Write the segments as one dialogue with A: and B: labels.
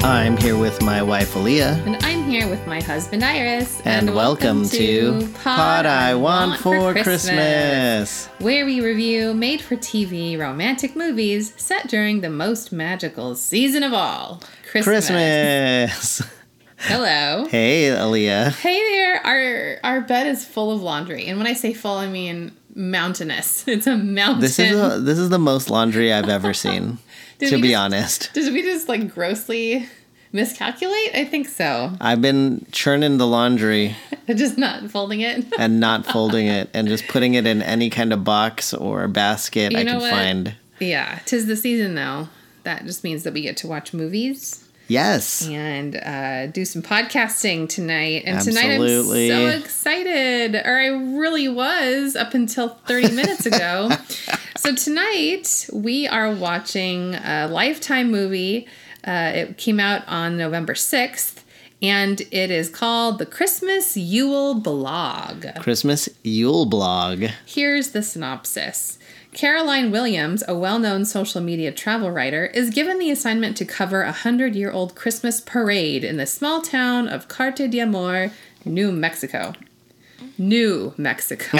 A: I'm here with my wife, Aaliyah.
B: And I'm here with my husband Iris.
A: And, welcome, to Pod I Want for Christmas.
B: where we review made for TV romantic movies set during the most magical season of all
A: Christmas.
B: Hello.
A: hey, Aaliyah.
B: Hey there. Our our bed is full of laundry. And when I say full, I mean mountainous. It's a mountain.
A: This is the, this is the most laundry I've ever seen.
B: Did
A: to
B: we
A: be
B: just-
A: honest,
B: Did we just like grossly miscalculate? I think so.
A: I've been churning the laundry
B: Just not folding it.
A: and not folding it, and just putting it in any kind of box or basket
B: You
A: I
B: know
A: can
B: what?
A: find.
B: yeah. Tis the season though. That just means that we get to watch movies
A: Yes,
B: and uh, do some podcasting tonight. And
A: Absolutely.
B: tonight I'm so excited, or I really was up until 30 minutes ago. So tonight we are watching a Lifetime movie. Uh, it came out on November 6th, and it is called The Christmas Yule Blog.
A: Christmas Yule blog.
B: Here's the synopsis. Caroline Williams, a well known social media travel writer, is given the assignment to cover a 100 year old Christmas parade in the small town of Carte de Amor, New Mexico. New Mexico.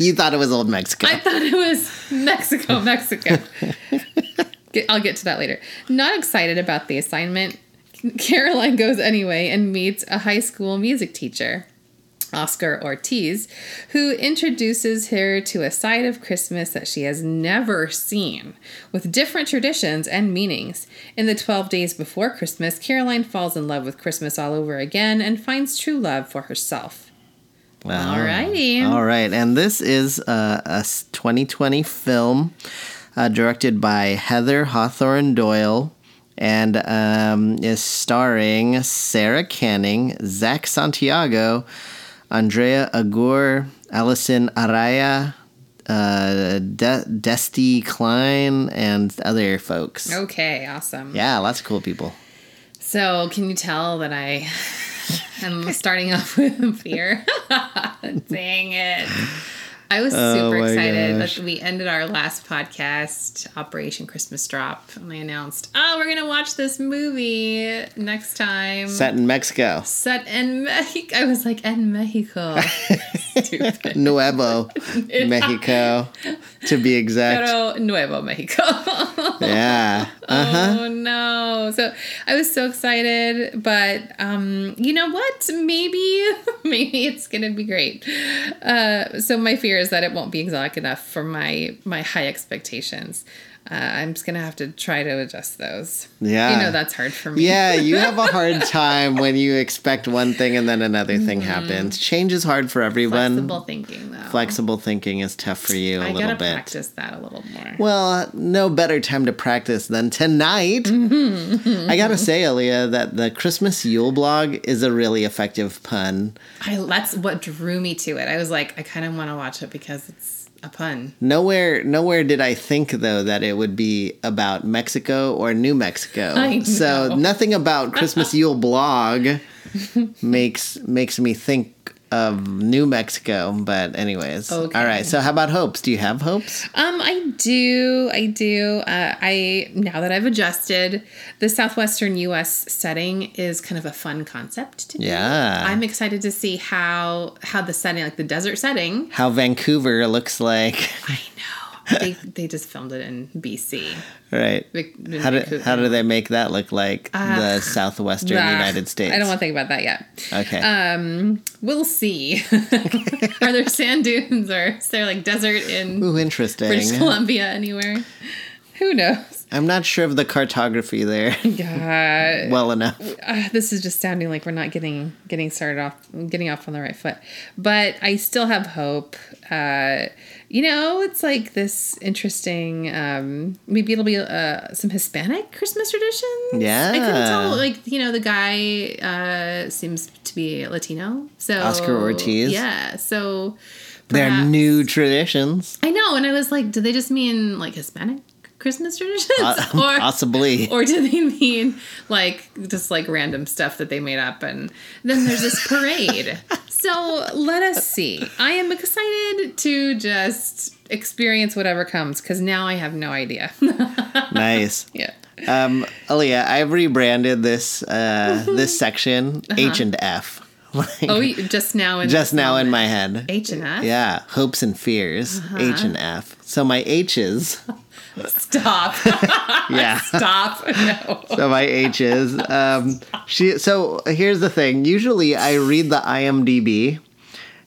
A: You thought it was old Mexico.
B: I thought it was Mexico, Mexico. Get- I'll get to that later. Not excited about the assignment, Caroline goes anyway and meets a high school music teacher, Oscar Ortiz, who introduces her to a side of Christmas that she has never seen, with different traditions and meanings. In the 12 days before Christmas, Caroline falls in love with Christmas all over again and finds true love for herself.
A: Wow.
B: Alrighty.
A: All right. And this is uh, a s- 2020 film uh, directed by Heather Hawthorne Doyle and um, is starring Sarah Canning, Zach Santiago, Andrea Agur, Allison Araya, uh, De- Desti Klein, and other folks.
B: Okay, awesome.
A: Yeah, lots of cool people.
B: So, can you tell that I am starting off with fear? Dang it. I was super
A: Oh my
B: excited
A: gosh.
B: that we ended our last podcast, Operation Christmas Drop, and I announced, oh, we're going to watch this movie next time.
A: Set in Mexico.
B: Set in Mexico. I was like, in Mexico. Stupid.
A: Nuevo, Mexico, to be exact.
B: Pero Nuevo Mexico.
A: Yeah. Uh huh.
B: Oh no. So I was so excited, but um you know what? Maybe maybe it's going to be great. Uh so my fear is that it won't be exotic enough for my my high expectations. Uh, I'm just going to have to try to adjust those.
A: Yeah.
B: You know that's hard for me.
A: Yeah, you have a hard time when you expect one thing and then another thing happens. Change is hard for everyone.
B: Mm-hmm. Flexible thinking though.
A: Flexible thinking is tough for you a
B: I
A: little
B: gotta
A: bit.
B: practice that a little more.
A: Well, no better time to practice than tonight.
B: Mm-hmm.
A: I gotta say, Aaliyah, that the Christmas Yule blog is a really effective pun.
B: I that's what drew me to it. I was like, I kind of want to watch it because it's a pun.
A: Nowhere, nowhere did I think though that it would be about Mexico or New Mexico.
B: I
A: So
B: know.
A: nothing about Christmas Yule blog makes makes me think of New Mexico. But anyways,
B: Okay.
A: all right. So how about hopes? Do you have hopes?
B: Um, I do, I do. Uh, I now that I've adjusted, the southwestern U.S. setting is kind of a fun concept to me.
A: Yeah.
B: I'm excited to see how how the setting, like the desert setting.
A: how Vancouver looks like,
B: I know they they just filmed it in B.C.
A: right?
B: Vic- in
A: How do,
B: Vancouver.
A: how do they make that look like the southwestern
B: Ah,
A: United States?
B: I don't want Uh, to think about that yet.
A: Okay.
B: We'll see. Are there sand dunes or is there like desert in
A: Ooh, interesting.
B: British Columbia anywhere? Who knows?
A: I'm not sure of the cartography there
B: God.
A: well enough.
B: uh, this is just sounding like we're not getting getting started off getting off on the right foot but i still have hope uh you know it's like this interesting um maybe it'll be uh some hispanic christmas traditions i couldn't
A: Yeah.
B: tell like you know the guy uh seems to be latino so
A: Oscar Ortiz?
B: yeah so
A: They're
B: perhaps-
A: new traditions.
B: i know and i was like do they just mean like hispanic christmas traditions or
A: Uh, possibly.
B: or do they mean like just like random stuff that they made up and then there's this parade so let us see i am excited to just experience whatever comes because now i have no idea
A: nice.
B: yeah
A: Um, Aaliyah, I've rebranded this uh, this section H and F. Like,
B: Uh-huh. Oh, you- just now in
A: just now in my head.
B: H Uh-huh. and F.
A: yeah, hopes and fears. H and F. So my H's.
B: Stop.
A: Yeah.
B: Stop. No.
A: So my H's. Um, she. So here's the thing. Usually I read the IMDb,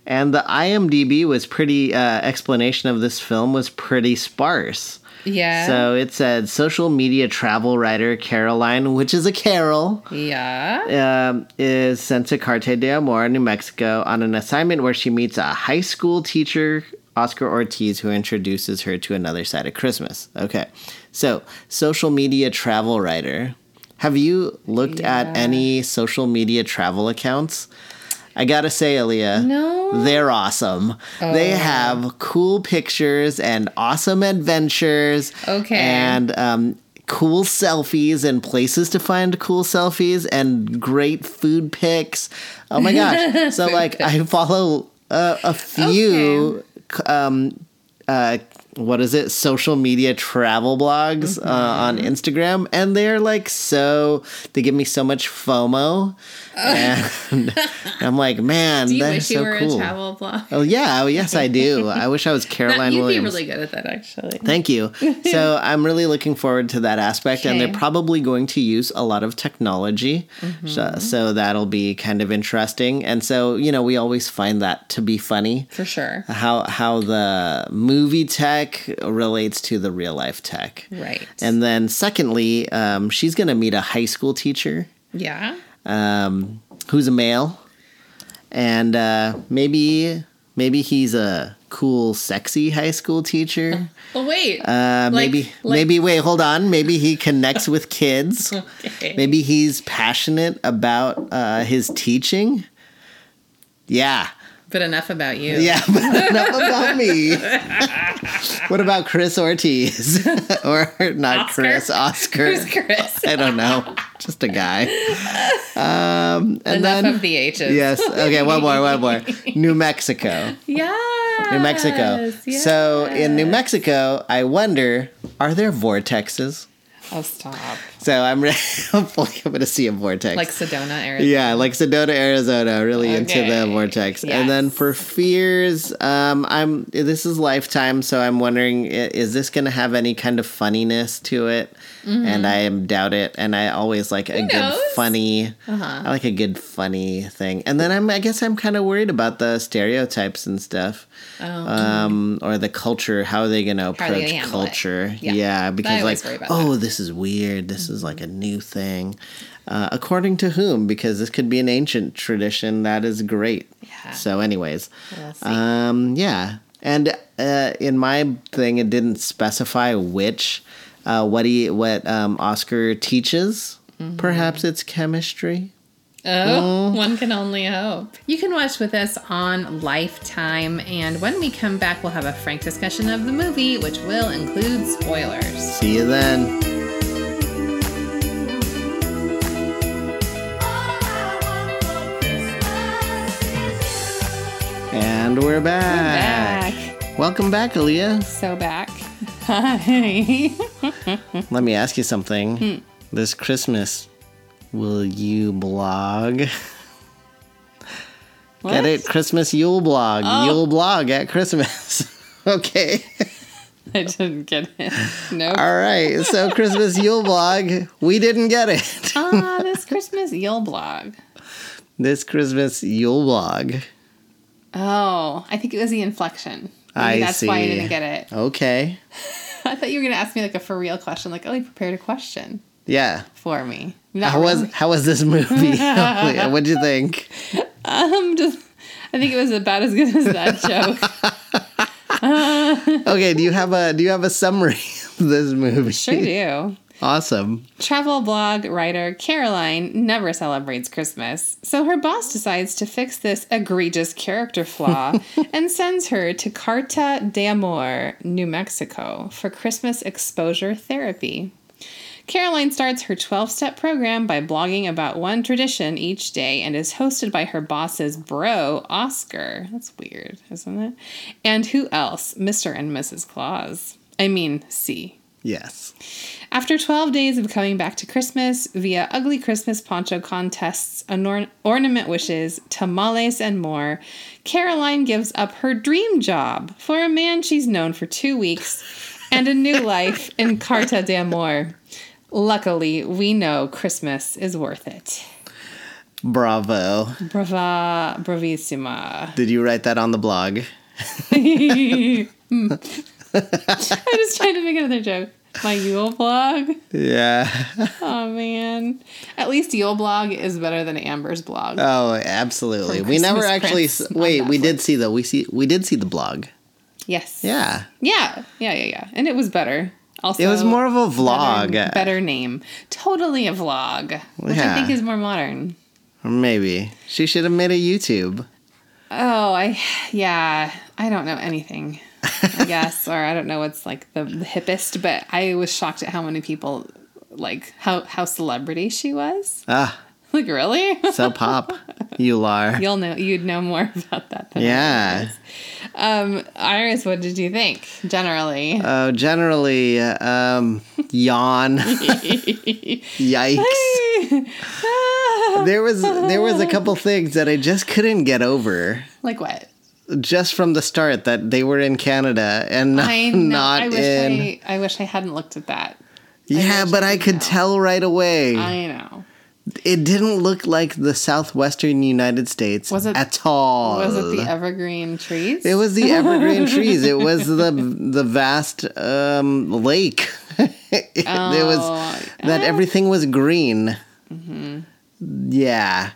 A: and the IMDb was pretty. Uh, explanation of this film was pretty sparse.
B: Yeah.
A: So it said social media travel writer Caroline, which is a Carol,
B: yeah.
A: um, is sent to Carte de Amor, New Mexico, on an assignment where she meets a high school teacher, Oscar Ortiz, who introduces her to another side of Christmas. Okay. So, social media travel writer. Have you looked at
B: Yeah.
A: any social media travel accounts? I gotta say, Aaliyah.
B: No. Oh.
A: They're awesome. They have cool pictures and awesome adventures.
B: Okay.
A: And um, cool selfies and places to find cool selfies and great food pics. Oh my gosh. so, like, I follow uh, a few. c- Um, uh, what is it? Social media travel blogs
B: Mm-hmm.
A: uh, on Instagram, and they're like so. They give me so much FOMO, and I'm like, man,
B: Do you
A: that's
B: wish you
A: so
B: were
A: cool.
B: a travel blog?
A: Oh yeah, oh yes, I do. I wish I was Caroline
B: You'd
A: Williams.
B: be really good at that, actually.
A: Thank you. So I'm really looking forward to that aspect, and they're
B: Okay.
A: probably going to use a lot of technology, so, so that'll be kind of interesting. And so you know, we always find that to be funny
B: For sure.
A: how how the movie tech relates to the real life tech.
B: Right.
A: And then secondly, um, she's gonna meet a high school teacher
B: yeah.
A: um, who's a male, and uh, maybe maybe he's a cool, sexy high school teacher.
B: Well, wait.
A: Uh,
B: Like-
A: maybe
B: like-
A: maybe wait, hold on. Maybe he connects with kids.
B: okay.
A: Maybe he's passionate about uh, his teaching. Yeah.
B: But enough about you.
A: Yeah, but enough about me. what about Chris Ortiz? or not
B: Oscar?
A: Chris, Oscar.
B: Who's Chris?
A: I don't know. Just a guy. Um, and
B: enough
A: then
B: of the H's.
A: Yes. Okay, one more, one more. New Mexico.
B: Yeah.
A: New Mexico. So in New Mexico, I wonder, are there vortexes?
B: Oh, stop.
A: So I'm re- hopefully I'm going to see a vortex.
B: Like Sedona, Arizona.
A: yeah, like Sedona, Arizona, really into the
B: Okay.
A: vortex. And then
B: Yes.
A: for fears, um, I'm this is Lifetime, so I'm wondering i- is this going to have any kind of funniness to it? And I doubt it. And I always like a
B: Mm-hmm. knows? Uh-huh.
A: good funny. I like a good funny thing. And then I'm I guess I'm kind of worried about the stereotypes and stuff.
B: Oh.
A: Um, or the culture, how are they going to
B: How are they
A: approach
B: gonna handle it?
A: culture?
B: Yeah.
A: Yeah, because
B: always
A: like,
B: worry about
A: oh, this is weird. This is like a new thing. Uh, according to whom? Because this could be an ancient tradition that is great.
B: Yeah.
A: So, anyways,
B: We'll see.
A: um, yeah, and uh, in my thing, it didn't specify which. Uh, what he what um, Oscar teaches?
B: Mm-hmm.
A: Perhaps it's chemistry.
B: Oh,
A: Mm-hmm.
B: one can only hope. You can watch with us on Lifetime, and when we come back, we'll have a frank discussion of the movie, which will include spoilers.
A: See you then.
C: All I want for Christmas is you.
A: And we're back. Welcome back, Aaliyah.
B: So back. Hi.
A: Let me ask you something. This Christmas, will you blog? Get it? Christmas Yule blog. Yule blog at Christmas. okay.
B: I didn't get it. No.
A: All right. So, Christmas Yule blog, we didn't get it.
B: Ah, this Christmas Yule blog.
A: This Christmas Yule blog.
B: Oh, I think it was the inflection. Maybe
A: I
B: that's why I
A: see.
B: didn't get it.
A: Okay.
B: I thought you were going to ask me like a for real question, like, oh, you prepared a question
A: Yeah.
B: for me. Not
A: How was
B: really.
A: how was this movie? uh, What'd you think?
B: Um, just, I think it was about as good as that joke.
A: Okay, do you have a do you have a summary of this movie?
B: Sure do.
A: Awesome.
B: Travel blog writer Caroline never celebrates Christmas, so her boss decides to fix this egregious character flaw and sends her to Carta de Amor, New Mexico, for Christmas exposure therapy. Caroline starts her 12 step program by blogging about one tradition each day and is hosted by her boss's bro, Oscar. That's weird, isn't it? And who else? Mr. and Mrs. Claus. I mean, C.
A: Yes.
B: After 12 days of coming back to Christmas via ugly Christmas poncho contests, anor- ornament wishes, tamales, and more, Caroline gives up her dream job for a man she's known for two weeks and a new life in Carta de Amor. Luckily, we know Christmas is worth it.
A: Bravo.
B: Brava, bravissima.
A: Did you write that on the blog?
B: I'm just trying to make another joke. My Yule blog.
A: Yeah.
B: Oh man. At least Yule blog is better than Amber's blog.
A: Oh, absolutely.
B: From
A: We never
B: Christmas
A: actually
B: Prince
A: s-
B: on
A: wait. We
B: Netflix.
A: did see though. We see. We did see the blog.
B: yes.
A: Yeah.
B: Yeah. Yeah, yeah, yeah. And it was better. Also
A: It was more of a vlog,
B: better, better name. Totally a vlog. Which I
A: Yeah.
B: think is more modern.
A: or maybe she should have made a YouTube.
B: Oh, I yeah. I don't know anything. I guess. Or I don't know what's like the, the hippest, but I was shocked at how many people like how how celebrity she was.
A: Ah,
B: Like really?
A: so pop, you are.
B: You'll know you'd know more about that than I
A: Yeah.
B: Um, Iris, what did you think generally?
A: Uh, generally, um, yawn. Yikes. There was there was a couple things that I just couldn't get over.
B: like what?
A: just from the start that they were in Canada and not,
B: I know.
A: not
B: I wish
A: in.
B: I, I wish I hadn't looked at that.
A: yeah,
B: wish
A: but
B: I
A: I could
B: know.
A: tell right away.
B: I know.
A: it didn't look like the southwestern United States
B: Was it-
A: at all.
B: Was it the evergreen trees?
A: It was the evergreen trees. It was the the vast um, lake. it, it was that
B: Oh, Mm-hmm.
A: everything was green. Yeah,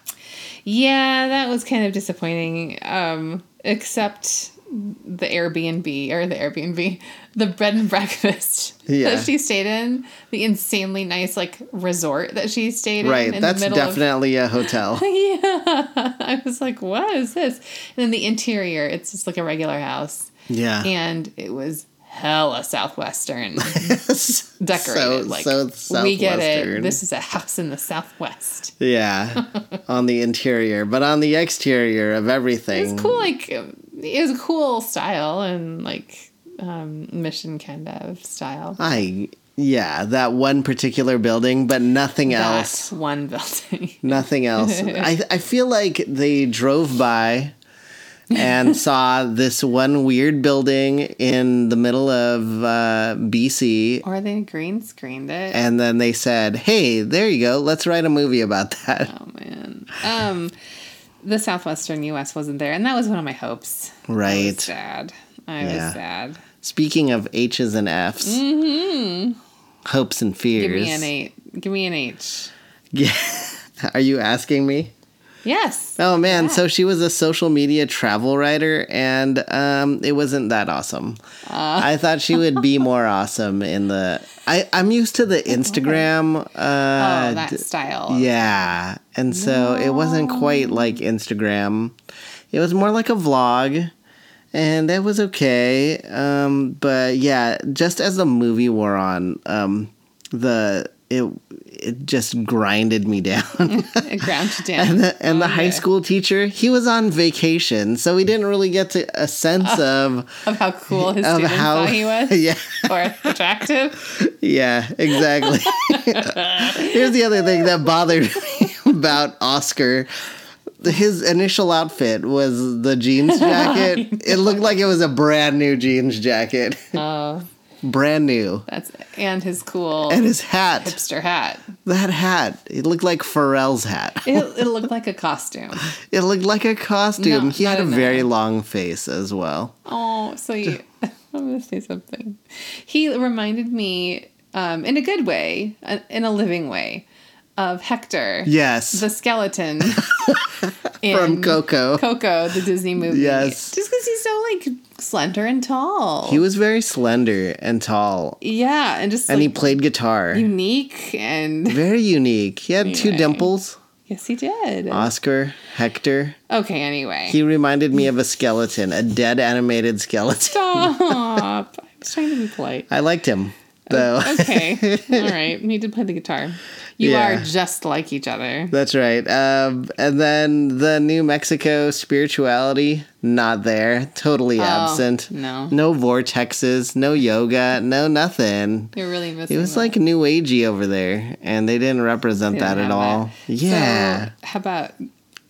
B: Yeah, that was kind of disappointing. Um, except the Airbnb or the Airbnb, the bread and breakfast
A: Yeah.
B: that she stayed in, the insanely nice like resort that she stayed in.
A: right.
B: in
A: That's
B: the middle of
A: definitely a hotel.
B: yeah. I was like, what is this? And then the interior, it's just like a regular house.
A: Yeah.
B: And it was hella Southwestern decorated.
A: So-
B: like,
A: so
B: we get it.
A: Southwestern.
B: This is a house in the Southwest.
A: Yeah, on the interior, but on the exterior of everything.
B: It's cool. Like, it was a cool style and like um, mission kind of style.
A: I yeah, that one particular building, but nothing else.
B: That one building.
A: Nothing else. I I feel like they drove by and saw this one weird building in the middle of uh, BC,
B: or they green screened it.
A: and then they said, "Hey, there you go. Let's write a movie about that."
B: oh, man. Um, the Southwestern US wasn't there. And that was one of my hopes. I Oh, was
A: Right.
B: sad. I was
A: Yeah.
B: sad.
A: Speaking of H's and F's, hopes and fears.
B: Mm-hmm. Give me an eight. Give me an H.
A: Yeah. Are you asking me?
B: Yes.
A: Oh man,
B: Yeah.
A: so she was a social media travel writer and um it wasn't that awesome.
B: Ah.
A: I thought she would be more awesome in the I I'm used to the Instagram uh
B: oh, that
A: d-
B: style.
A: yeah. And so it wasn't quite like Instagram. It was more like a vlog and that was okay. Um but yeah, just as the movie wore on, um the it it just grinded me down.
B: It ground you down.
A: And the, and the
B: Okay.
A: high school teacher, he was on vacation, so we didn't really get to a sense of
B: of how cool his
A: of
B: students
A: how
B: Oh, thought he was.
A: yeah,
B: Or attractive.
A: yeah, exactly. Here's the other thing that bothered me about Oscar. His initial outfit was the jeans jacket. it looked like it was a brand new jeans jacket,
B: Oh,
A: brand new.
B: that's and his cool
A: And his hat,
B: hipster hat.
A: that hat, it looked like Pharrell's hat.
B: It, it looked like a costume.
A: It looked like a costume.
B: No,
A: he had
B: not
A: a
B: in
A: very
B: that.
A: long face as well.
B: Oh, sweet. I'm gonna say something. He reminded me, um, in a good way, uh, in a living way, of Hector,
A: Yes.
B: the skeleton
A: from
B: in
A: Coco.
B: Coco, the Disney movie.
A: Yes.
B: Just because he's so like slender and tall.
A: He was very slender and tall,
B: yeah, and just
A: and he
B: like,
A: played guitar.
B: unique and
A: Very unique. He had two
B: Anyway.
A: dimples.
B: yes, he did.
A: Oscar, Hector.
B: Okay, anyway.
A: He reminded me of a skeleton, a dead animated skeleton.
B: Stop. I was trying to be polite.
A: I liked him. though.
B: Oh, Okay. All right. Need to play the guitar. You
A: Yeah.
B: are just like each other.
A: That's right. Um, and then the New Mexico spirituality, not there, totally absent.
B: Oh, no.
A: No vortexes, no yoga, no nothing.
B: You're really missing
A: It was
B: that.
A: like New Agey over there, and they didn't represent
B: They don't
A: that at
B: have
A: all.
B: that.
A: Yeah.
B: So, how about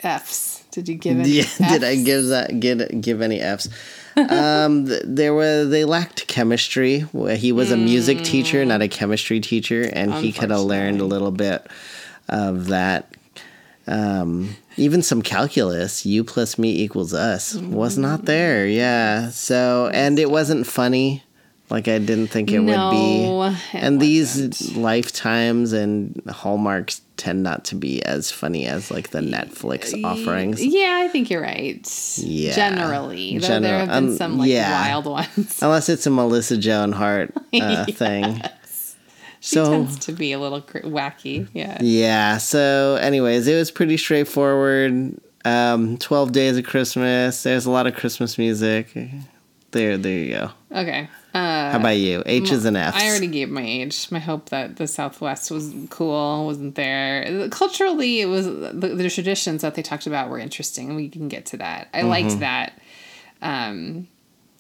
B: F's? Did you give it?
A: yeah, did I give that get give any Fs? um, th- there were they lacked chemistry. Wh- He was a music teacher, not a
B: Mm.
A: chemistry teacher, and he could have learned a little bit of that. Um, even some calculus, U plus me equals us, was not there.
B: Mm.
A: Yeah, so and it wasn't funny. Like I didn't think it would
B: No,
A: be.
B: it
A: and these lifetimes and hallmarks tend not to be as funny as like the Netflix offerings.
B: Yeah, I think you're right.
A: Yeah.
B: Generally, though there
A: General-
B: have been
A: um,
B: some like
A: yeah.
B: wild ones.
A: Unless it's a Melissa Joan Hart uh, thing.
B: It
A: So
B: tends to be a little cr- wacky. Yeah.
A: yeah. So anyways, it was pretty straightforward. Um, Twelve Days of Christmas. There's a lot of Christmas music. There, there you go.
B: Okay. Uh,
A: How about you? H's and F's.
B: I already gave my age. My hope that the Southwest was cool wasn't there. Culturally, it was the, the traditions that they talked about were interesting, and we can get to that. I liked
A: Mm-hmm.
B: that. Um,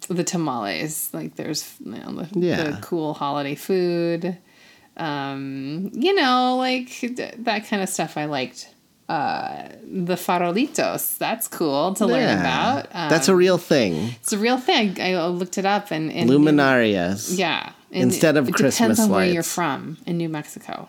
B: the tamales, like there's you know, the,
A: Yeah.
B: the cool holiday food. Um, you know, like th- that kind of stuff. I liked uh the farolitos that's cool to learn about um,
A: That's a real thing.
B: it's a real thing i looked it up and, and
A: Luminarias.
B: yeah.
A: Instead of Christmas
B: depends on where you're
A: lights.
B: from in New Mexico.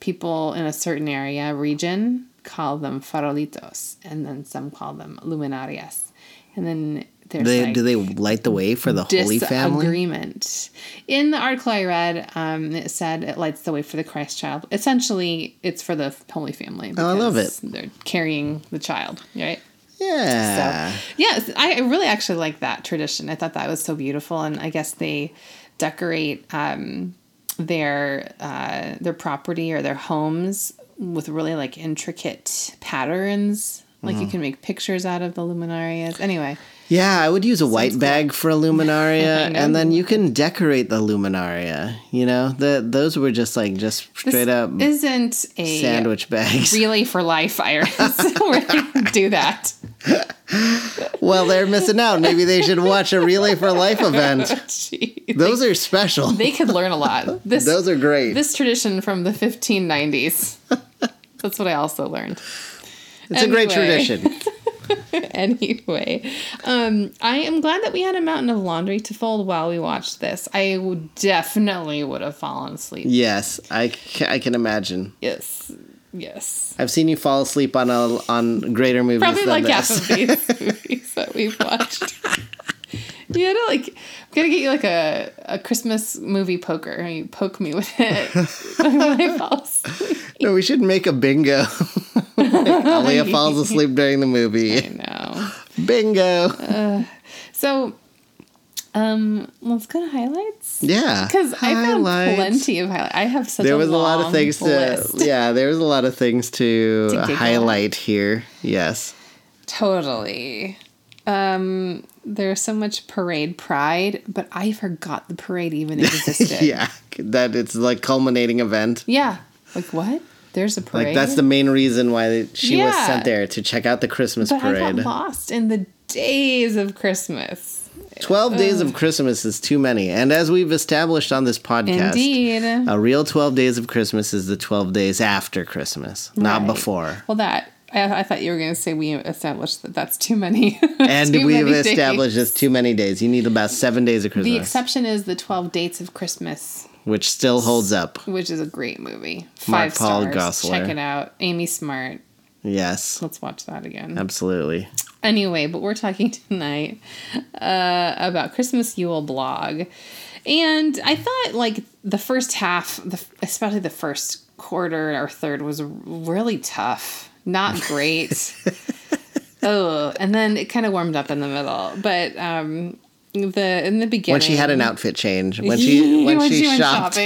B: People in a certain area, region, call them farolitos, and then some call them luminarias. And then there's
A: They,
B: like
A: do they light the way for the Holy Family?
B: disagreement. In the article I read, um, it said it lights the way for the Christ child. Essentially, it's for the Holy Family.
A: Oh, I love
B: because They're carrying the child, right?
A: Yeah.
B: So, yes, I I really actually like that tradition. I thought that was so beautiful, and I guess they decorate um, their uh, their property or their homes with really like intricate patterns. Like
A: Mm-hmm.
B: you can make pictures out of the luminarias. Anyway,
A: Yeah, I would use a white
B: cool.
A: bag for a luminaria,
B: know.
A: and then you can decorate the luminaria. You know, the those were just like just straight up
B: this isn't a
A: sandwich bags.
B: Really for life, Iris. We're gonna do that.
A: well, they're missing out. Maybe they should watch a Relay for Life event.
B: Jeez.
A: Those are special.
B: They could learn a lot. This
A: Those are great.
B: this tradition from the 1590s. That's what I also learned.
A: it's a great
B: anyway.
A: tradition.
B: anyway, um, I am glad that we had a mountain of laundry to fold while we watched this. I would- definitely would have fallen asleep.
A: Yes, I, ca- I can imagine.
B: Yes, yes.
A: I've seen you fall asleep on a on greater movies
B: Probably
A: than
B: like
A: this.
B: half of these movies that we've watched. You gotta like, I'm gonna get you like a, a Christmas movie poker. and You poke me with it when I fall asleep.
A: no, we should make a bingo. Aaliyah falls asleep during the
B: I
A: movie.
B: know.
A: Bingo.
B: So, um, let's go to highlights.
A: Yeah.
B: Because I found
A: Highlights.
B: plenty of highlights. I have such
A: There
B: a
A: was a lot of
B: long
A: things
B: list.
A: to yeah. There was a lot of things to,
B: To giggle
A: highlight here. Yes.
B: Totally. Um, there's so much parade pride, but I forgot the parade even existed.
A: Yeah. That it's like culminating event.
B: Yeah. Like what? There's a parade.
A: Like that's the main reason why she was
B: Yeah.
A: sent there to check out the Christmas
B: but I
A: parade.
B: got lost in the days of Christmas.
A: Twelve days of Christmas is too many, and as we've established on this podcast,
B: Indeed.
A: a real twelve days of Christmas is the twelve days after Christmas, not
B: Right.
A: before.
B: Well, that I, I thought you were going to say we established that that's too many.
A: And
B: Too
A: we've
B: many days.
A: established it's too many days. You need about seven days of Christmas,
B: the exception is the Twelve Dates of Christmas,
A: which still holds up.
B: which is a great movie.
A: Mark
B: Five
A: Paul
B: stars.
A: Gosselaar.
B: Check it out. Amy Smart.
A: Yes,
B: Let's watch that again.
A: absolutely.
B: Anyway, but we're talking tonight uh, about Christmas Yule blog. And I thought like the first half, the, especially the first quarter or third, was really tough. Not great. oh, and then it kind of warmed up in the middle. But um, the in the beginning,
A: when she had an outfit change when she when, she, shopped
B: Oh,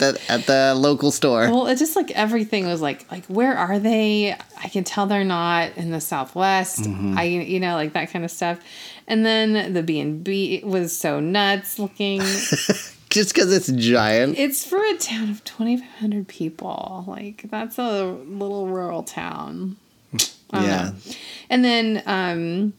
A: at, the, at the local store
B: Well, it's just like everything was like like where are they? I can tell they're not in the Southwest. I you know like that kind of stuff. And then the B and B was so nuts looking.
A: just because it's giant.
B: It's for a town of 2,500 people. Like, that's a little rural town. I don't
A: Yeah.
B: know. Um, And then um,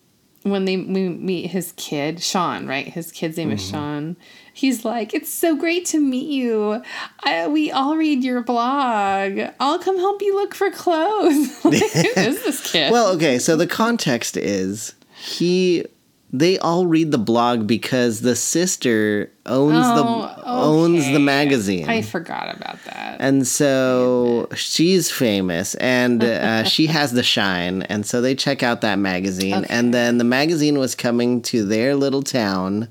B: when they we meet his kid, Sean, right? His kid's name
A: Mm-hmm.
B: is Sean. He's like, It's so great to meet you. I, we all read your blog. I'll come help you look for clothes. like, who is this kid?
A: Well, okay, so the context is he they all read the blog because the sister owns the
B: Oh,
A: owns the
B: okay.
A: magazine.
B: I forgot about that.
A: and so she's famous and uh, she has the shine and so they check out that magazine and then the magazine was coming to their little town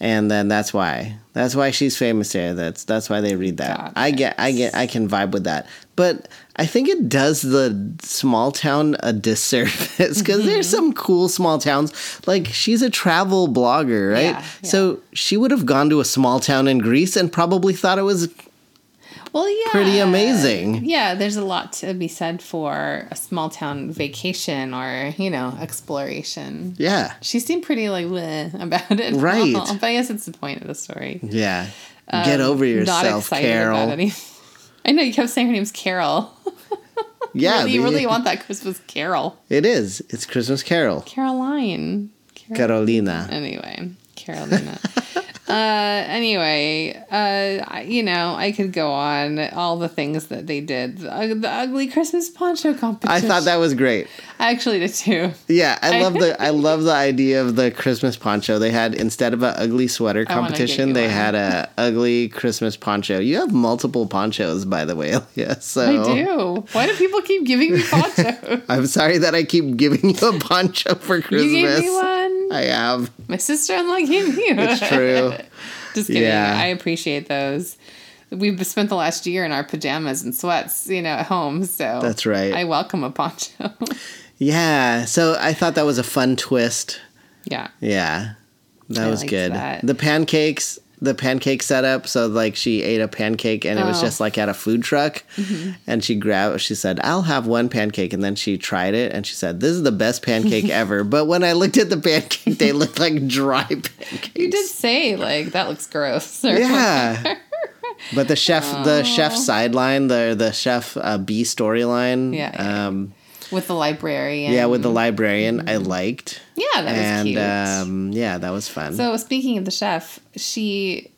A: and then that's why that's why she's famous there that's that's why they read that
B: Got
A: i get i get i can vibe with that but i think it does the small town a disservice because there's
B: Mm-hmm.
A: some cool small towns like she's a travel blogger right
B: Yeah, yeah.
A: so she would have gone to a small town in greece and probably thought it was
B: Well, yeah.
A: pretty amazing.
B: Yeah, there's a lot to be said for a small town vacation or, you know, exploration.
A: Yeah.
B: She seemed pretty like bleh about it.
A: Right.
B: But I guess it's the point of the story.
A: Yeah. Get
B: Um,
A: over yourself, Carol.
B: any- I know you kept saying her name's Carol.
A: Yeah.
B: you
A: the-
B: really want that Christmas Carol.
A: It is. It's Christmas Carol.
B: Caroline. Carol.
A: Carolina.
B: Anyway, Carolina. uh, anyway, uh, I- you know, I could go on all the things that they did. The, ug- the ugly Christmas poncho
A: I
B: competition.
A: thought that was great.
B: I actually did too.
A: Yeah, I
B: I-
A: love the I love the idea of the Christmas poncho. They had instead of an ugly sweater
B: I wanna get
A: competition,
B: you
A: they
B: one.
A: had a ugly Christmas poncho. You have multiple ponchos, by the way. Yeah, so
B: I do. Why do people keep giving me ponchos?
A: I'm sorry that I keep giving you a poncho for Christmas.
B: you gave me one.
A: I have.
B: My sister in law gave me one.
A: It's true.
B: Just kidding.
A: Yeah.
B: I appreciate those. We've spent the last year in our pajamas and sweats, you know, at home. So
A: That's right.
B: I welcome a poncho.
A: Yeah. So I thought that was a fun twist.
B: yeah.
A: Yeah. That
B: I
A: was
B: liked
A: good.
B: that.
A: The pancakes, the pancake setup. So, like, she ate a pancake and it was
B: Oh. Mm-hmm.
A: just like at a food truck. And she grabbed, she said, I'll have one pancake. And then she tried it and she said, This is the best pancake ever. But when I looked at the pancake, they looked like dry pancakes.
B: You did say, like, that looks gross. or-
A: Yeah. But the chef, the chef
B: Oh.
A: sideline, the the chef uh, B storyline,
B: Yeah, yeah, yeah.
A: um,
B: With the librarian.
A: yeah, with the librarian, I liked,
B: Yeah, that was
A: and
B: cute.
A: um, yeah, that was fun.
B: so, speaking of the chef, she,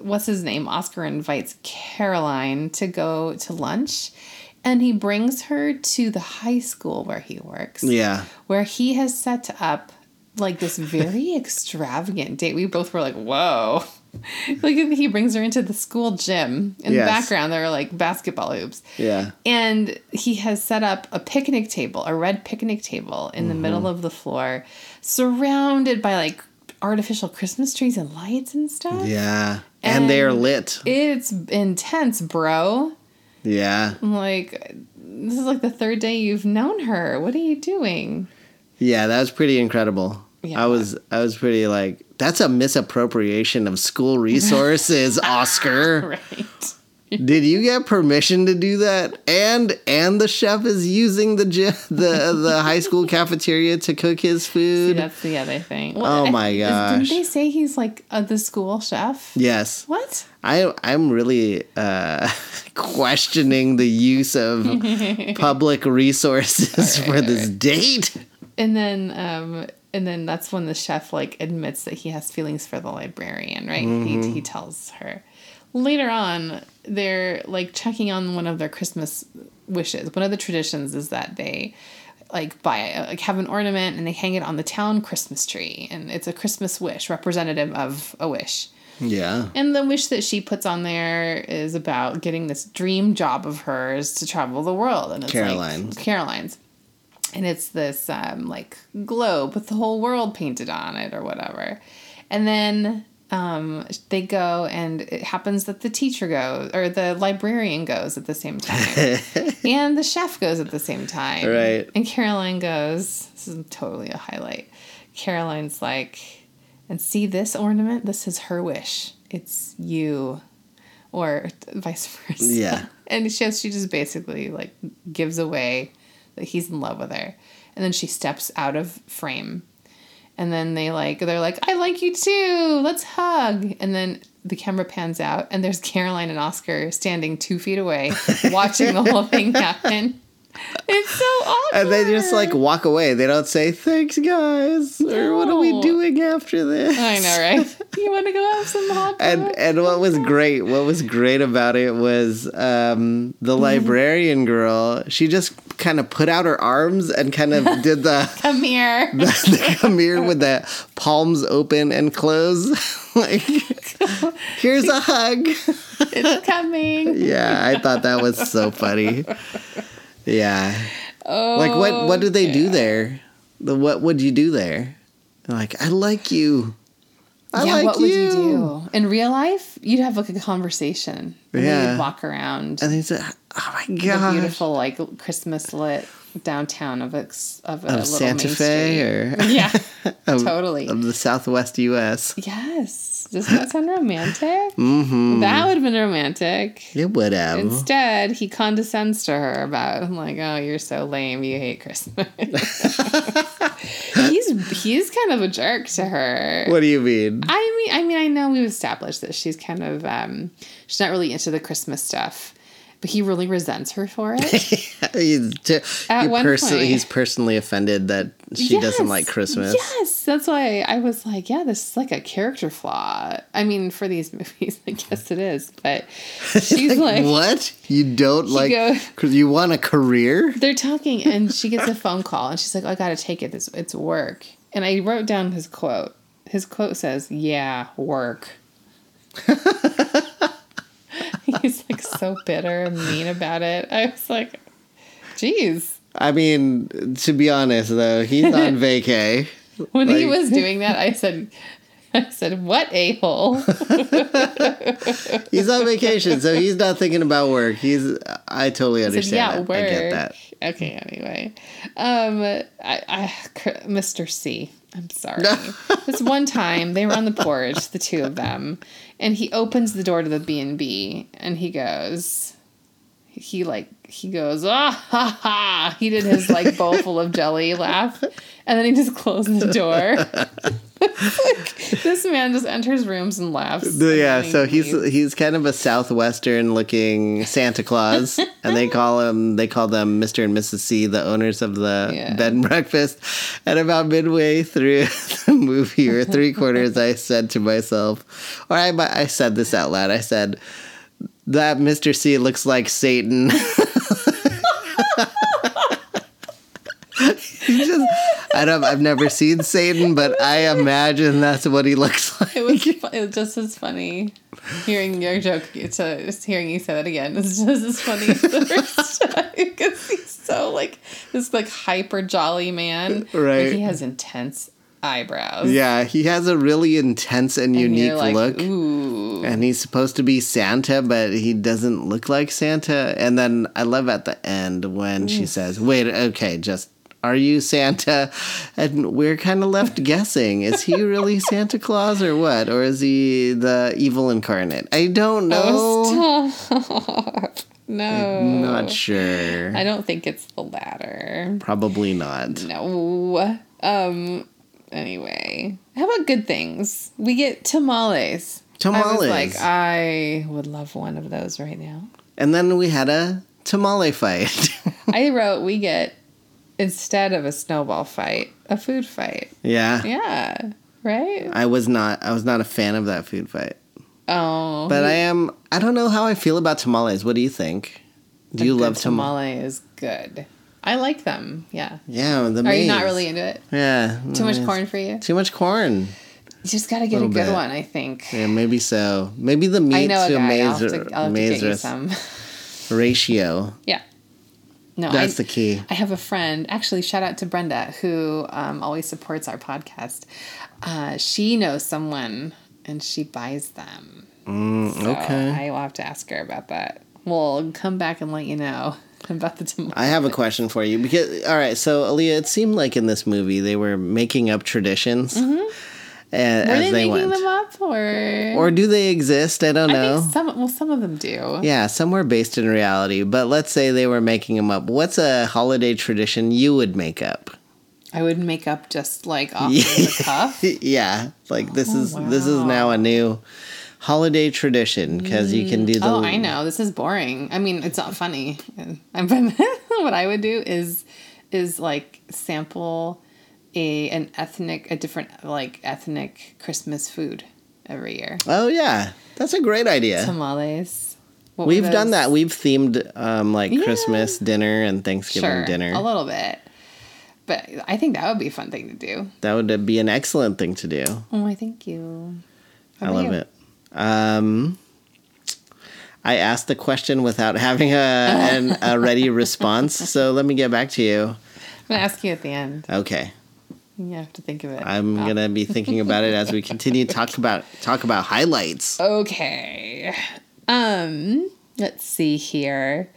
B: what's his name? Oscar invites Caroline to go to lunch, and he brings her to the high school where he works.
A: yeah,
B: where he has set up like this very extravagant date. We both were like, whoa. like he brings her into the school gym. In
A: Yes.
B: the background, there are like basketball hoops.
A: yeah.
B: And he has set up a picnic table, a red picnic table in
A: Mm-hmm.
B: the middle of the floor, surrounded by like artificial Christmas trees and lights and stuff.
A: Yeah. And, they are
B: And-
A: lit.
B: It's intense, bro.
A: Yeah.
B: I'm like, this is like the third day you've known her. What are you doing?
A: Yeah, that was pretty incredible.
B: Yeah.
A: I was I was pretty like that's a misappropriation of school resources, Oscar.
B: Right.
A: Did you get permission to do that? And and the chef is using the gy- the the high school cafeteria to cook his
B: See,
A: food.
B: that's the other thing.
A: Oh my
B: is-
A: gosh.
B: Didn't they say he's like uh, the school chef?
A: Yes.
B: What?
A: I I'm really uh, questioning the use of public resources for this date.
B: And then, um, and then that's when the chef like admits that he has feelings for the librarian, right? He
A: Mm-hmm.
B: he tells her. Later on, they're like checking on one of their Christmas wishes. One of the traditions is that they like buy like have an ornament and they hang it on the town Christmas tree, and it's a Christmas wish representative of a wish.
A: Yeah.
B: And the wish that she puts on there is about getting this dream job of hers to travel the world. And it's
A: Caroline's.
B: Like, Caroline's. And it's this um, like globe with the whole world painted on it or whatever. And then um, they go, and it happens that the teacher goes or the librarian goes at the same time, and the chef goes at the same time.
A: Right.
B: And Caroline goes, This is totally a highlight. Caroline's like, and see this ornament? This is her wish. It's you. Or vice versa.
A: Yeah.
B: And she, she just basically like gives away that he's in love with her. And then she steps out of frame. And then they like they're like, I like you too. Let's hug. And then the camera pans out and there's Caroline and Oscar standing two feet away, watching the whole thing happen. It's so awkward.
A: And they just like walk away. They don't say thanks, guys, or what are we
B: No.
A: doing after this?
B: I know, right? You want to go have some hot
A: And
B: dog?
A: and what was great, what was great about it was um, the
B: Mm-hmm.
A: librarian girl. She just kind of put out her arms and kind of did the
B: come here.
A: the Amir with the palms open and closed. like, here's a hug.
B: It's coming.
A: Yeah, I thought that was so funny. Yeah.
B: Oh,
A: Like what what did they do there? The what would you do there? Like, I like you. I
B: yeah,
A: like
B: what
A: you.
B: would you do in real life? You'd have like a conversation. And then
A: Yeah.
B: you'd walk around
A: And they said, "Oh my
B: the
A: god,
B: beautiful like Christmas lit downtown of a, of a little
A: of Santa
B: main
A: Fe
B: street.
A: or Um,
B: Yeah,
A: of,
B: totally.
A: of the Southwest U.S."
B: yes. Doesn't that sound romantic?
A: Hmm.
B: Mm-hmm. That would have been romantic.
A: It would have.
B: Instead, he condescends to her about I'm like, "Oh, you're so lame. You hate Christmas." he's he's kind of a jerk to her.
A: what do you mean?
B: I mean, I mean, I know we've established that she's kind of um, she's not really into the Christmas stuff, but he really resents her for it.
A: he's t-
B: At
A: he
B: one
A: perso-
B: point-
A: he's personally offended that she doesn't
B: Yes,
A: like Christmas.
B: Yes, that's why I was like, yeah, this is like a character flaw. I mean, for these movies, I guess it is, but she's like.
A: what? You don't like?
B: go-
A: cause you want a career?
B: They're talking, and she gets a phone call, and she's like, "Oh, "I gotta take it. It's, it's work." And I wrote down his quote. His quote says, "Yeah, work." He's like so bitter and mean about it. I was like, "Geez."
A: I mean, to be honest though, he's on vacay.
B: When he
A: Like-
B: was doing that, I said, "I said what a hole."
A: He's on vacation, so he's not thinking about work. He's. I totally
B: I said, yeah,
A: understand. that.
B: work.
A: I get that.
B: Okay, anyway. Um, I, I, Mr. C, I'm sorry. this one time they were on the porch, the two of them, and he opens the door to the B&B and he goes, he like, he goes, ah, ha, ha. He did his like bowl full of jelly laugh. And then he just closed the door. Like, this man just enters rooms and laughs. and
A: The- yeah,
B: then
A: so
B: he
A: he's he's kind of a southwestern looking Santa Claus, and they call him they call them Mister and Mrs. C, the owners of the
B: Yeah.
A: bed and breakfast. And about midway through the movie, or three quarters, I said to myself, or I mi- I said this out loud. I said that Mister C looks like Satan. He just, I don't. I've never seen Satan, but I imagine that's what he looks like.
B: It was fu- it just as funny hearing your joke. To just hearing you say that again is just as funny as the first time because he's so like this like hyper jolly man. but
A: Right.
B: he has intense eyebrows.
A: Yeah, he has a really intense and
B: And
A: unique
B: you're like,
A: look.
B: Ooh.
A: And he's supposed to be Santa, but he doesn't look like Santa. And then I love at the end when she says, Wait, okay, just are you Santa? And we're kind of left guessing. Is he really Santa Claus or what? Or is he the evil incarnate? I don't know.
B: Oh, stop. No.
A: Not sure.
B: I don't think it's the latter.
A: Probably not.
B: No. Um. Anyway, how about good things? We get tamales. I was
A: Tamales.
B: like, I would love one of those right now.
A: And then we had a tamale fight.
B: I wrote, we get instead of a snowball fight, a food fight.
A: yeah.
B: Yeah. Right.
A: I was not I was not a fan of that food fight.
B: Oh.
A: But I am. I don't know how I feel about tamales. What do you think? Do you
B: a good
A: love tamales?
B: tamale? Is good. I like them. Yeah.
A: Yeah, the
B: Are you not
A: maize.
B: really into it?
A: Yeah,
B: Too much
A: maize.
B: corn for you?
A: Too much corn.
B: You just got to get a
A: Little
B: good
A: bit.
B: one, I think.
A: Yeah, maybe so. Maybe the meat
B: I know a
A: to
B: guy. I'll
A: maize,
B: have to, I'll have to
A: maize
B: get you
A: res-
B: some.
A: ratio.
B: Yeah. No,
A: That's
B: I,
A: the key.
B: I have a friend, actually, shout out to Brenda, who um, always supports our podcast. Uh, she knows someone and she buys them. so
A: Mm, okay.
B: I will have to ask her about that. We'll come back and let you know about the tomorrow.
A: I have a question for you because all right, so Aaliyah, it seemed like in this movie they were making up traditions a-
B: Mm-hmm. Were
A: as
B: they,
A: they,
B: making
A: went.
B: them up or?
A: Or do they exist? I don't
B: I
A: know.
B: think some, well, some of them do.
A: Yeah, somewhere based in reality. But let's say they were making them up. What's a holiday tradition you would make up?
B: I would make up just like off the cuff.
A: yeah, like this is this is
B: Oh, wow.
A: now a new holiday tradition because you can do the.
B: Oh, I know. This is boring. I mean, it's not funny. And- But what I would do is is like sample a an ethnic a different like ethnic Christmas food every year.
A: Oh yeah, that's a great idea.
B: Tamales. What were
A: We've done
B: those?
A: that. We've themed um, like
B: Yeah.
A: Christmas dinner and Thanksgiving
B: Sure,
A: dinner.
B: a little bit. But I think that would be a fun thing to do.
A: that would be an excellent thing to do.
B: Oh, I thank you. How
A: I
B: about
A: love
B: you?
A: it. Um, I asked the question without having a an, a ready response, so let me get back to you.
B: I'm gonna ask you at the end.
A: Okay,
B: You have to think of it.
A: I'm
B: Oh.
A: gonna be thinking about it as we continue to talk about talk about highlights.
B: Oh, Okay. Um, let's see here.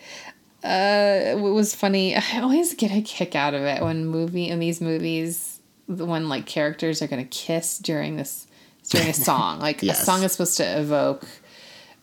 B: Uh, what was funny? I always get a kick out of it when movie in these movies, the one like characters are gonna kiss during this during a song. Like a
A: Yes.
B: song is supposed to evoke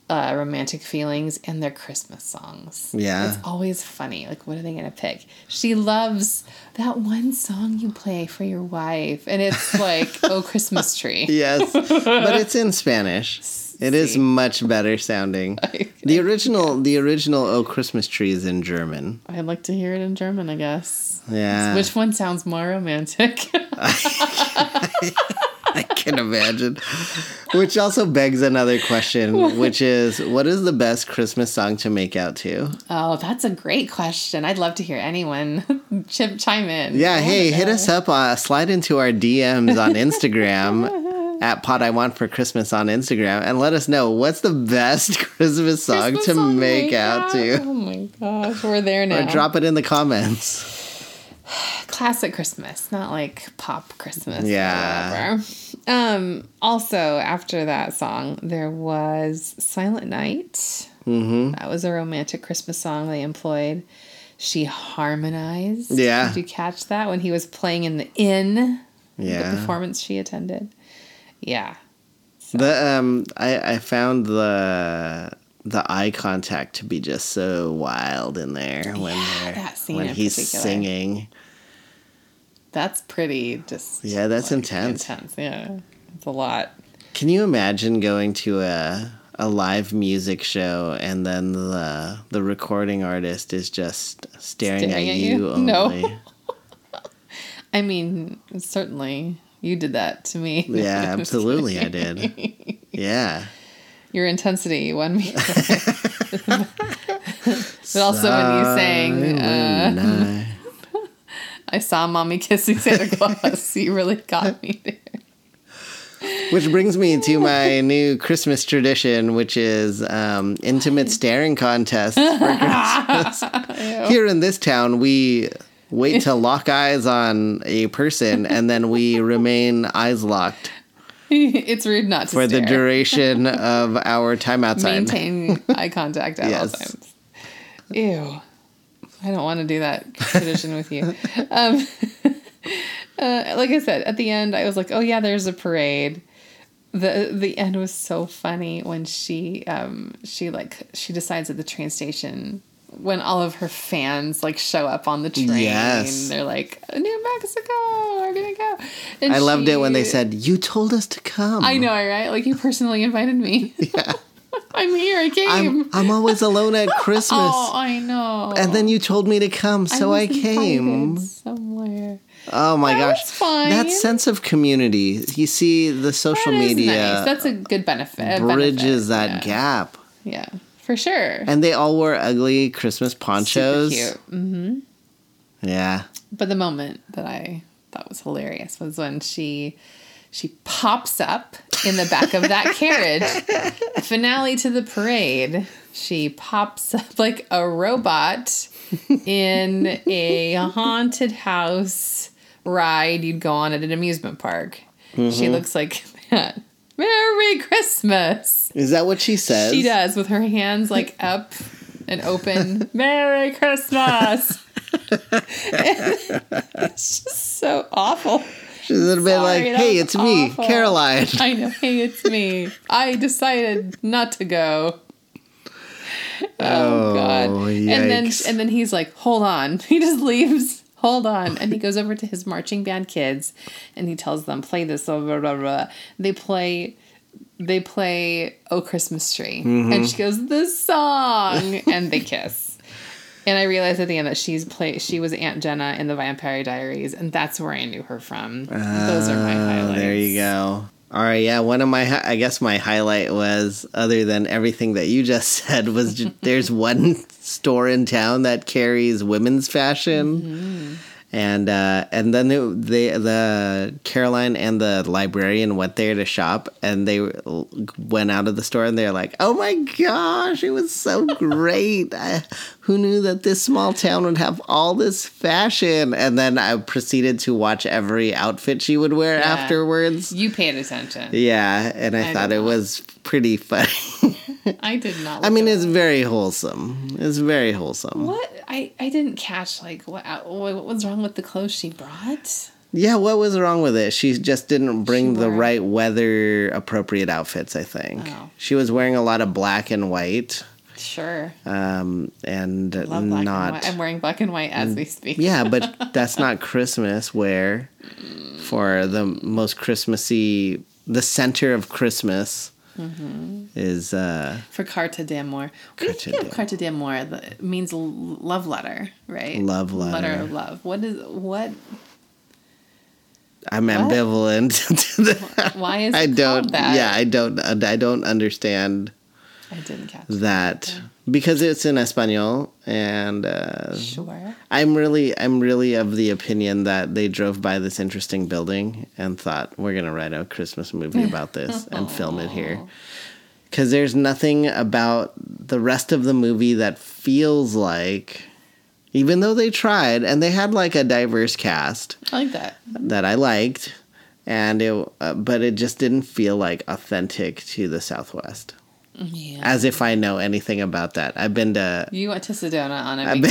B: uh, romantic feelings, and they're Christmas songs.
A: Yeah.
B: it's always funny. Like, what are they gonna pick? She loves that one song you play for your wife, and it's like, oh, Christmas tree.
A: Yes, but it's in Spanish. It is
B: See.
A: much better sounding. The original, the original "Oh Christmas Tree" is in German.
B: I'd like to hear it in German, I guess.
A: Yeah,
B: Which one sounds more romantic?
A: I can imagine. Which also begs another question, which is, what is the best Christmas song to make out to?
B: oh, that's a great question. I'd love to hear anyone chip chime in.
A: Yeah, hey, hit us up. Uh, slide into our DMs on Instagram at Pod I Want for Christmas on Instagram and let us know what's the best Christmas song
B: Christmas
A: to
B: song
A: make out to.
B: Oh my gosh, we're there now.
A: Or drop it in the comments.
B: Classic Christmas, not like pop Christmas. or
A: Yeah.
B: whatever. Um. Also, after that song, there was Silent Night. Mm-hmm. That was a romantic Christmas song they employed. She harmonized.
A: Yeah.
B: Did you catch that when he was playing in the inn? the
A: Yeah.
B: performance she attended. Yeah.
A: The um I, I found the the eye contact to be just so wild in there when they're-
B: that scene
A: when
B: in
A: he's
B: particular.
A: singing.
B: That's pretty just
A: Yeah, that's intense.
B: intense. Yeah. It's a lot.
A: Can you imagine going to a a live music show and then the the recording artist is just staring,
B: Staring
A: at,
B: at
A: you,
B: you? No.
A: only?
B: I mean, certainly you did that to me.
A: Yeah, absolutely I did. Yeah.
B: Your intensity won me. but also when you sang, uh,
A: Nah.
B: I saw mommy kissing Santa Claus, you really got me there.
A: Which brings me to my new Christmas tradition, which is um, intimate staring contests for Christmas. Here in this town, we wait to lock eyes on a person and then we remain eyes locked
B: it's rude not to
A: for the
B: stare.
A: duration of our time outside.
B: maintain eye contact at all
A: Yes.
B: times. Ew. I don't want to do that tradition with you. Um, uh, like I said, at the end, I was like, "Oh yeah, there's a parade." the The end was so funny when she um, she like she decides at the train station when all of her fans like show up on the train.
A: Yes.
B: They're like, "New Mexico, we're gonna go." And
A: I loved it when they
B: she-
A: said, "You told us to come."
B: "I know, right?" Like you personally invited me.
A: Yeah.
B: I'm here. I came.
A: I'm I'm always alone at Christmas,
B: Oh, I know.
A: and then you told me to come, so I,
B: was
A: came.
B: invited somewhere.
A: Oh my
B: That
A: gosh.
B: was fine.
A: That sense of community. You see the
B: That
A: social
B: is
A: media
B: nice. That's a good benefit. a
A: bridges
B: benefit.
A: that
B: yeah.
A: gap.
B: Yeah, for sure.
A: And they all wore ugly Christmas
B: Super
A: ponchos.
B: cute. hmm
A: Yeah.
B: But the moment that I thought was hilarious was when she she pops up in the back of that carriage. Finale to the parade. She pops up like a robot in a haunted house ride you'd go on at an amusement park. She looks like that. Merry Christmas.
A: Is that what she says?
B: She does with her hands like up and open. Merry Christmas. it's just so awful.
A: She's a bit
B: Sorry,
A: like,
B: that
A: hey,
B: was
A: it's me,
B: awful."
A: Caroline.
B: I know. Hey, it's me. I decided not to go. Oh, God. And then
A: yikes.
B: and then he's like, "Hold on." He just leaves. hold on. And he goes over to his marching band kids and he tells them, play this. Blah, blah, blah, blah. They play. They play "Oh Christmas Tree," and she goes, "This song," and they kiss. And I realized at the end that she's play. She was Aunt Jenna in the Vampire Diaries, and that's where I knew her from. Those are my
A: Oh,
B: highlights.
A: there you go. All right, yeah. One of my, hi- I guess my highlight was, other than everything that you just said, was ju- there's one store in town that carries women's fashion, and uh, and then it, they, the Caroline and the librarian went there to shop, and they l- went out of the store, and they're like, "Oh my gosh, it was so great! I, who knew that this small town would have all this fashion?" And then I proceeded to watch every outfit she would wear
B: Yeah.
A: afterwards.
B: You paid attention.
A: Yeah, and I,
B: I
A: thought
B: did
A: it
B: not.
A: was pretty funny.
B: I did not.
A: I
B: look
A: mean,
B: it
A: it's
B: up.
A: very wholesome. It's very wholesome.
B: what I I didn't catch like what uh, what was wrong with the clothes she brought.
A: Yeah, what was wrong with it? She just didn't bring
B: She
A: the
B: wore-
A: right weather appropriate outfits, I think.
B: Oh.
A: She was wearing a lot of black and white
B: Sure,
A: um, and
B: love black
A: not.
B: and
A: Mm.
B: white. I'm wearing black and white as we speak.
A: yeah, but that's not Christmas wear for the most Christmassy, the center of Christmas
B: Mm-hmm.
A: is. Uh,
B: for Carta d'Amour. What do you
A: Carta
B: think of
A: d'Amour.
B: Carta d'Amour? That uh, means l- love letter, right?
A: Love letter.
B: Letter of love. What is what?
A: I'm ambivalent to the.
B: Why is it
A: I
B: called
A: don't.
B: that?
A: Yeah, I don't. I don't understand
B: I didn't catch that.
A: that because it's in Espanol, and uh,
B: Sure.
A: I'm really, I'm really of the opinion that they drove by this interesting building and thought we're gonna write a Christmas movie about this and film it here. Because there's nothing about the rest of the movie that feels like, even though they tried and they had like a diverse cast,
B: I like that.
A: that I liked, and it, uh, but it just didn't feel like authentic to the Southwest.
B: Yeah.
A: As if I know anything about that. I've been to.
B: You went to Sedona on a
A: I've been-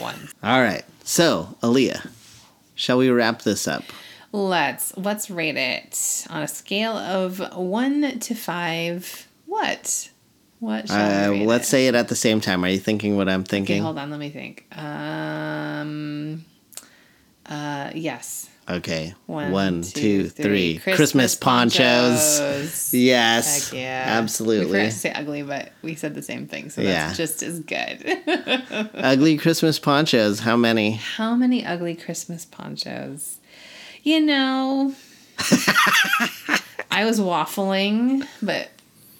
B: once.
A: All right, so Aaliyah, shall we wrap this up?
B: Let's let's rate it on a scale of one to five. What? What? Shall
A: Uh,
B: we rate
A: let's
B: it?
A: say it at the same time. Are you thinking what I'm
B: Okay,
A: thinking?
B: hold on. Let me think. Um. Uh. Yes.
A: Okay,
B: One,
A: one, two, three. Christmas,
B: ponchos.
A: ponchos. Yes,
B: Heck yeah. We forgot
A: absolutely.
B: to say ugly, but we said the same thing, so
A: Yeah.
B: that's just as good.
A: Ugly Christmas ponchos. How many?
B: How many ugly Christmas ponchos? You know, I was waffling, but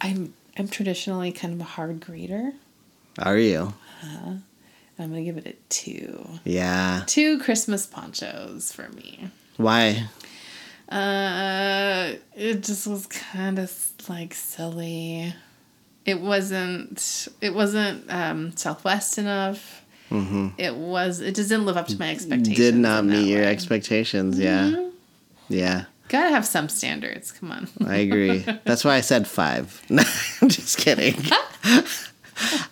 B: I'm I'm traditionally kind of a hard grader.
A: Are you?
B: I'm gonna give it a two.
A: Yeah.
B: Two Christmas ponchos for me.
A: Why?
B: Uh, it just was kind of like silly. It wasn't. It wasn't um, Southwest enough. It was. It just didn't live up to my expectations.
A: Mm-hmm. Did not
B: in that Mm-hmm.
A: meet your
B: way.
A: expectations. Yeah. Yeah.
B: Gotta have some standards. Come on.
A: I agree. That's why I said five. No, I'm just kidding.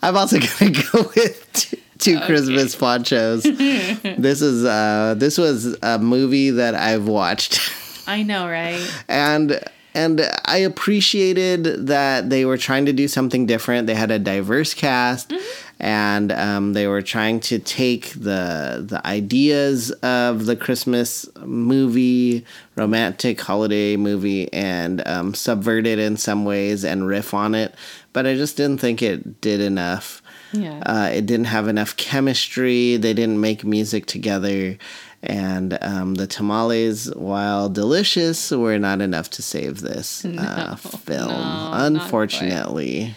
A: I'm also gonna go with two, two Christmas ponchos. this is uh, this was a movie that I've watched,
B: I know, right?
A: and and I appreciated that they were trying to do something different. They had a diverse cast. And um, they were trying to take the the ideas of the Christmas movie, romantic holiday movie, and um, subvert it in some ways and riff on it. But I just didn't think it did enough.
B: Yeah.
A: Uh, it didn't have enough chemistry. They didn't make music together. And um, the tamales, while delicious, were not enough to save this uh, film,
B: no, not Mm.
A: unfortunately.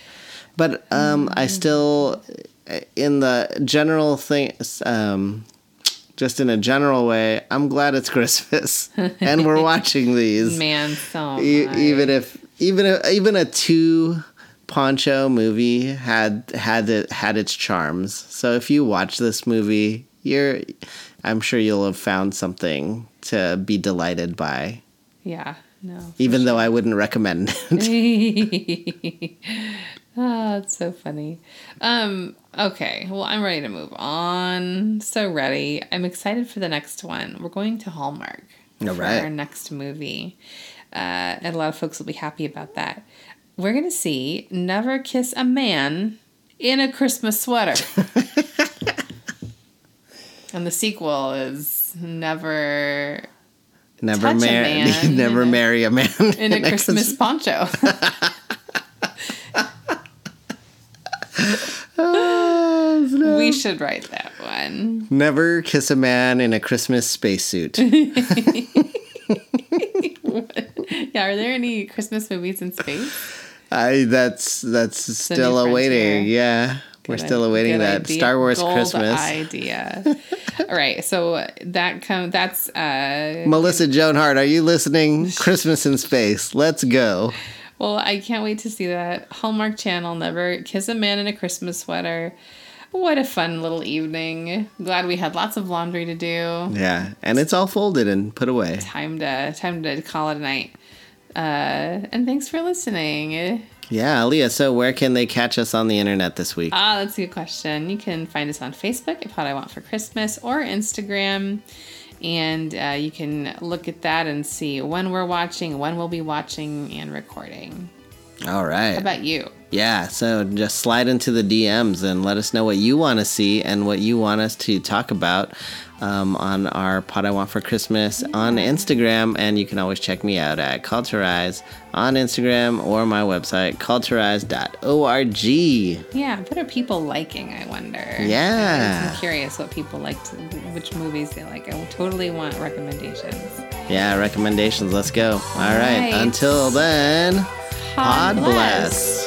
A: But um, I still, in the general thing, um, just in a general way, I'm glad it's Christmas and we're watching these.
B: Man, so
A: E-
B: much.
A: even if even a, even a two poncho movie had had it had its charms. So if you watch this movie, you're I'm sure you'll have found something to be delighted by,
B: yeah, no.
A: even though I wouldn't recommend it.
B: oh, it's so funny. Um, okay, well, I'm ready to move on. So ready. I'm excited for the next one. We're going to Hallmark
A: All
B: for
A: right.
B: our next movie, uh, and a lot of folks will be happy about that. We're gonna see "Never Kiss a Man in a Christmas Sweater." And the sequel is never
A: Never
B: Touch a
A: marry,
B: man
A: never
B: in a-
A: marry a man
B: in a Christmas poncho.
A: Oh, no.
B: we should write that one.
A: Never kiss a man in a Christmas spacesuit.
B: Yeah, are there any Christmas movies in space?
A: I that's that's still
B: new
A: awaiting.
B: frontier.
A: Yeah, we're still awaiting
B: Good
A: that
B: idea.
A: Star Wars
B: Gold
A: Christmas.
B: idea. All right, so that come that's uh
A: Melissa Joan Hart, are you listening? Christmas in space. Let's go.
B: well, I can't wait to see that Hallmark Channel. Never kiss a man in a Christmas sweater. What a fun little evening. Glad we had lots of laundry to do.
A: Yeah, and it's all folded and put away.
B: Time to time to call it a night. Uh, and thanks for listening. Uh,
A: Yeah, Leah. So where can they catch us on the internet this week?
B: Ah, that's a good question. You can find us on Facebook at What I Want for Christmas or Instagram. And uh, you can look at that and see when we're watching, when we'll be watching and recording.
A: all right.
B: How about you?
A: yeah. So just slide into the DMs and let us know what you want to see and what you want us to talk about um, on our Pot I Want for Christmas on Instagram. And you can always check me out at Culturize on Instagram or my website, culturize.org.
B: Yeah, what are people liking? I wonder.
A: Yeah.
B: I'm curious what people liked, which movies they like. I totally want recommendations.
A: Yeah, recommendations. Let's go. All right.
B: right.
A: Until then, God
B: God
A: bless.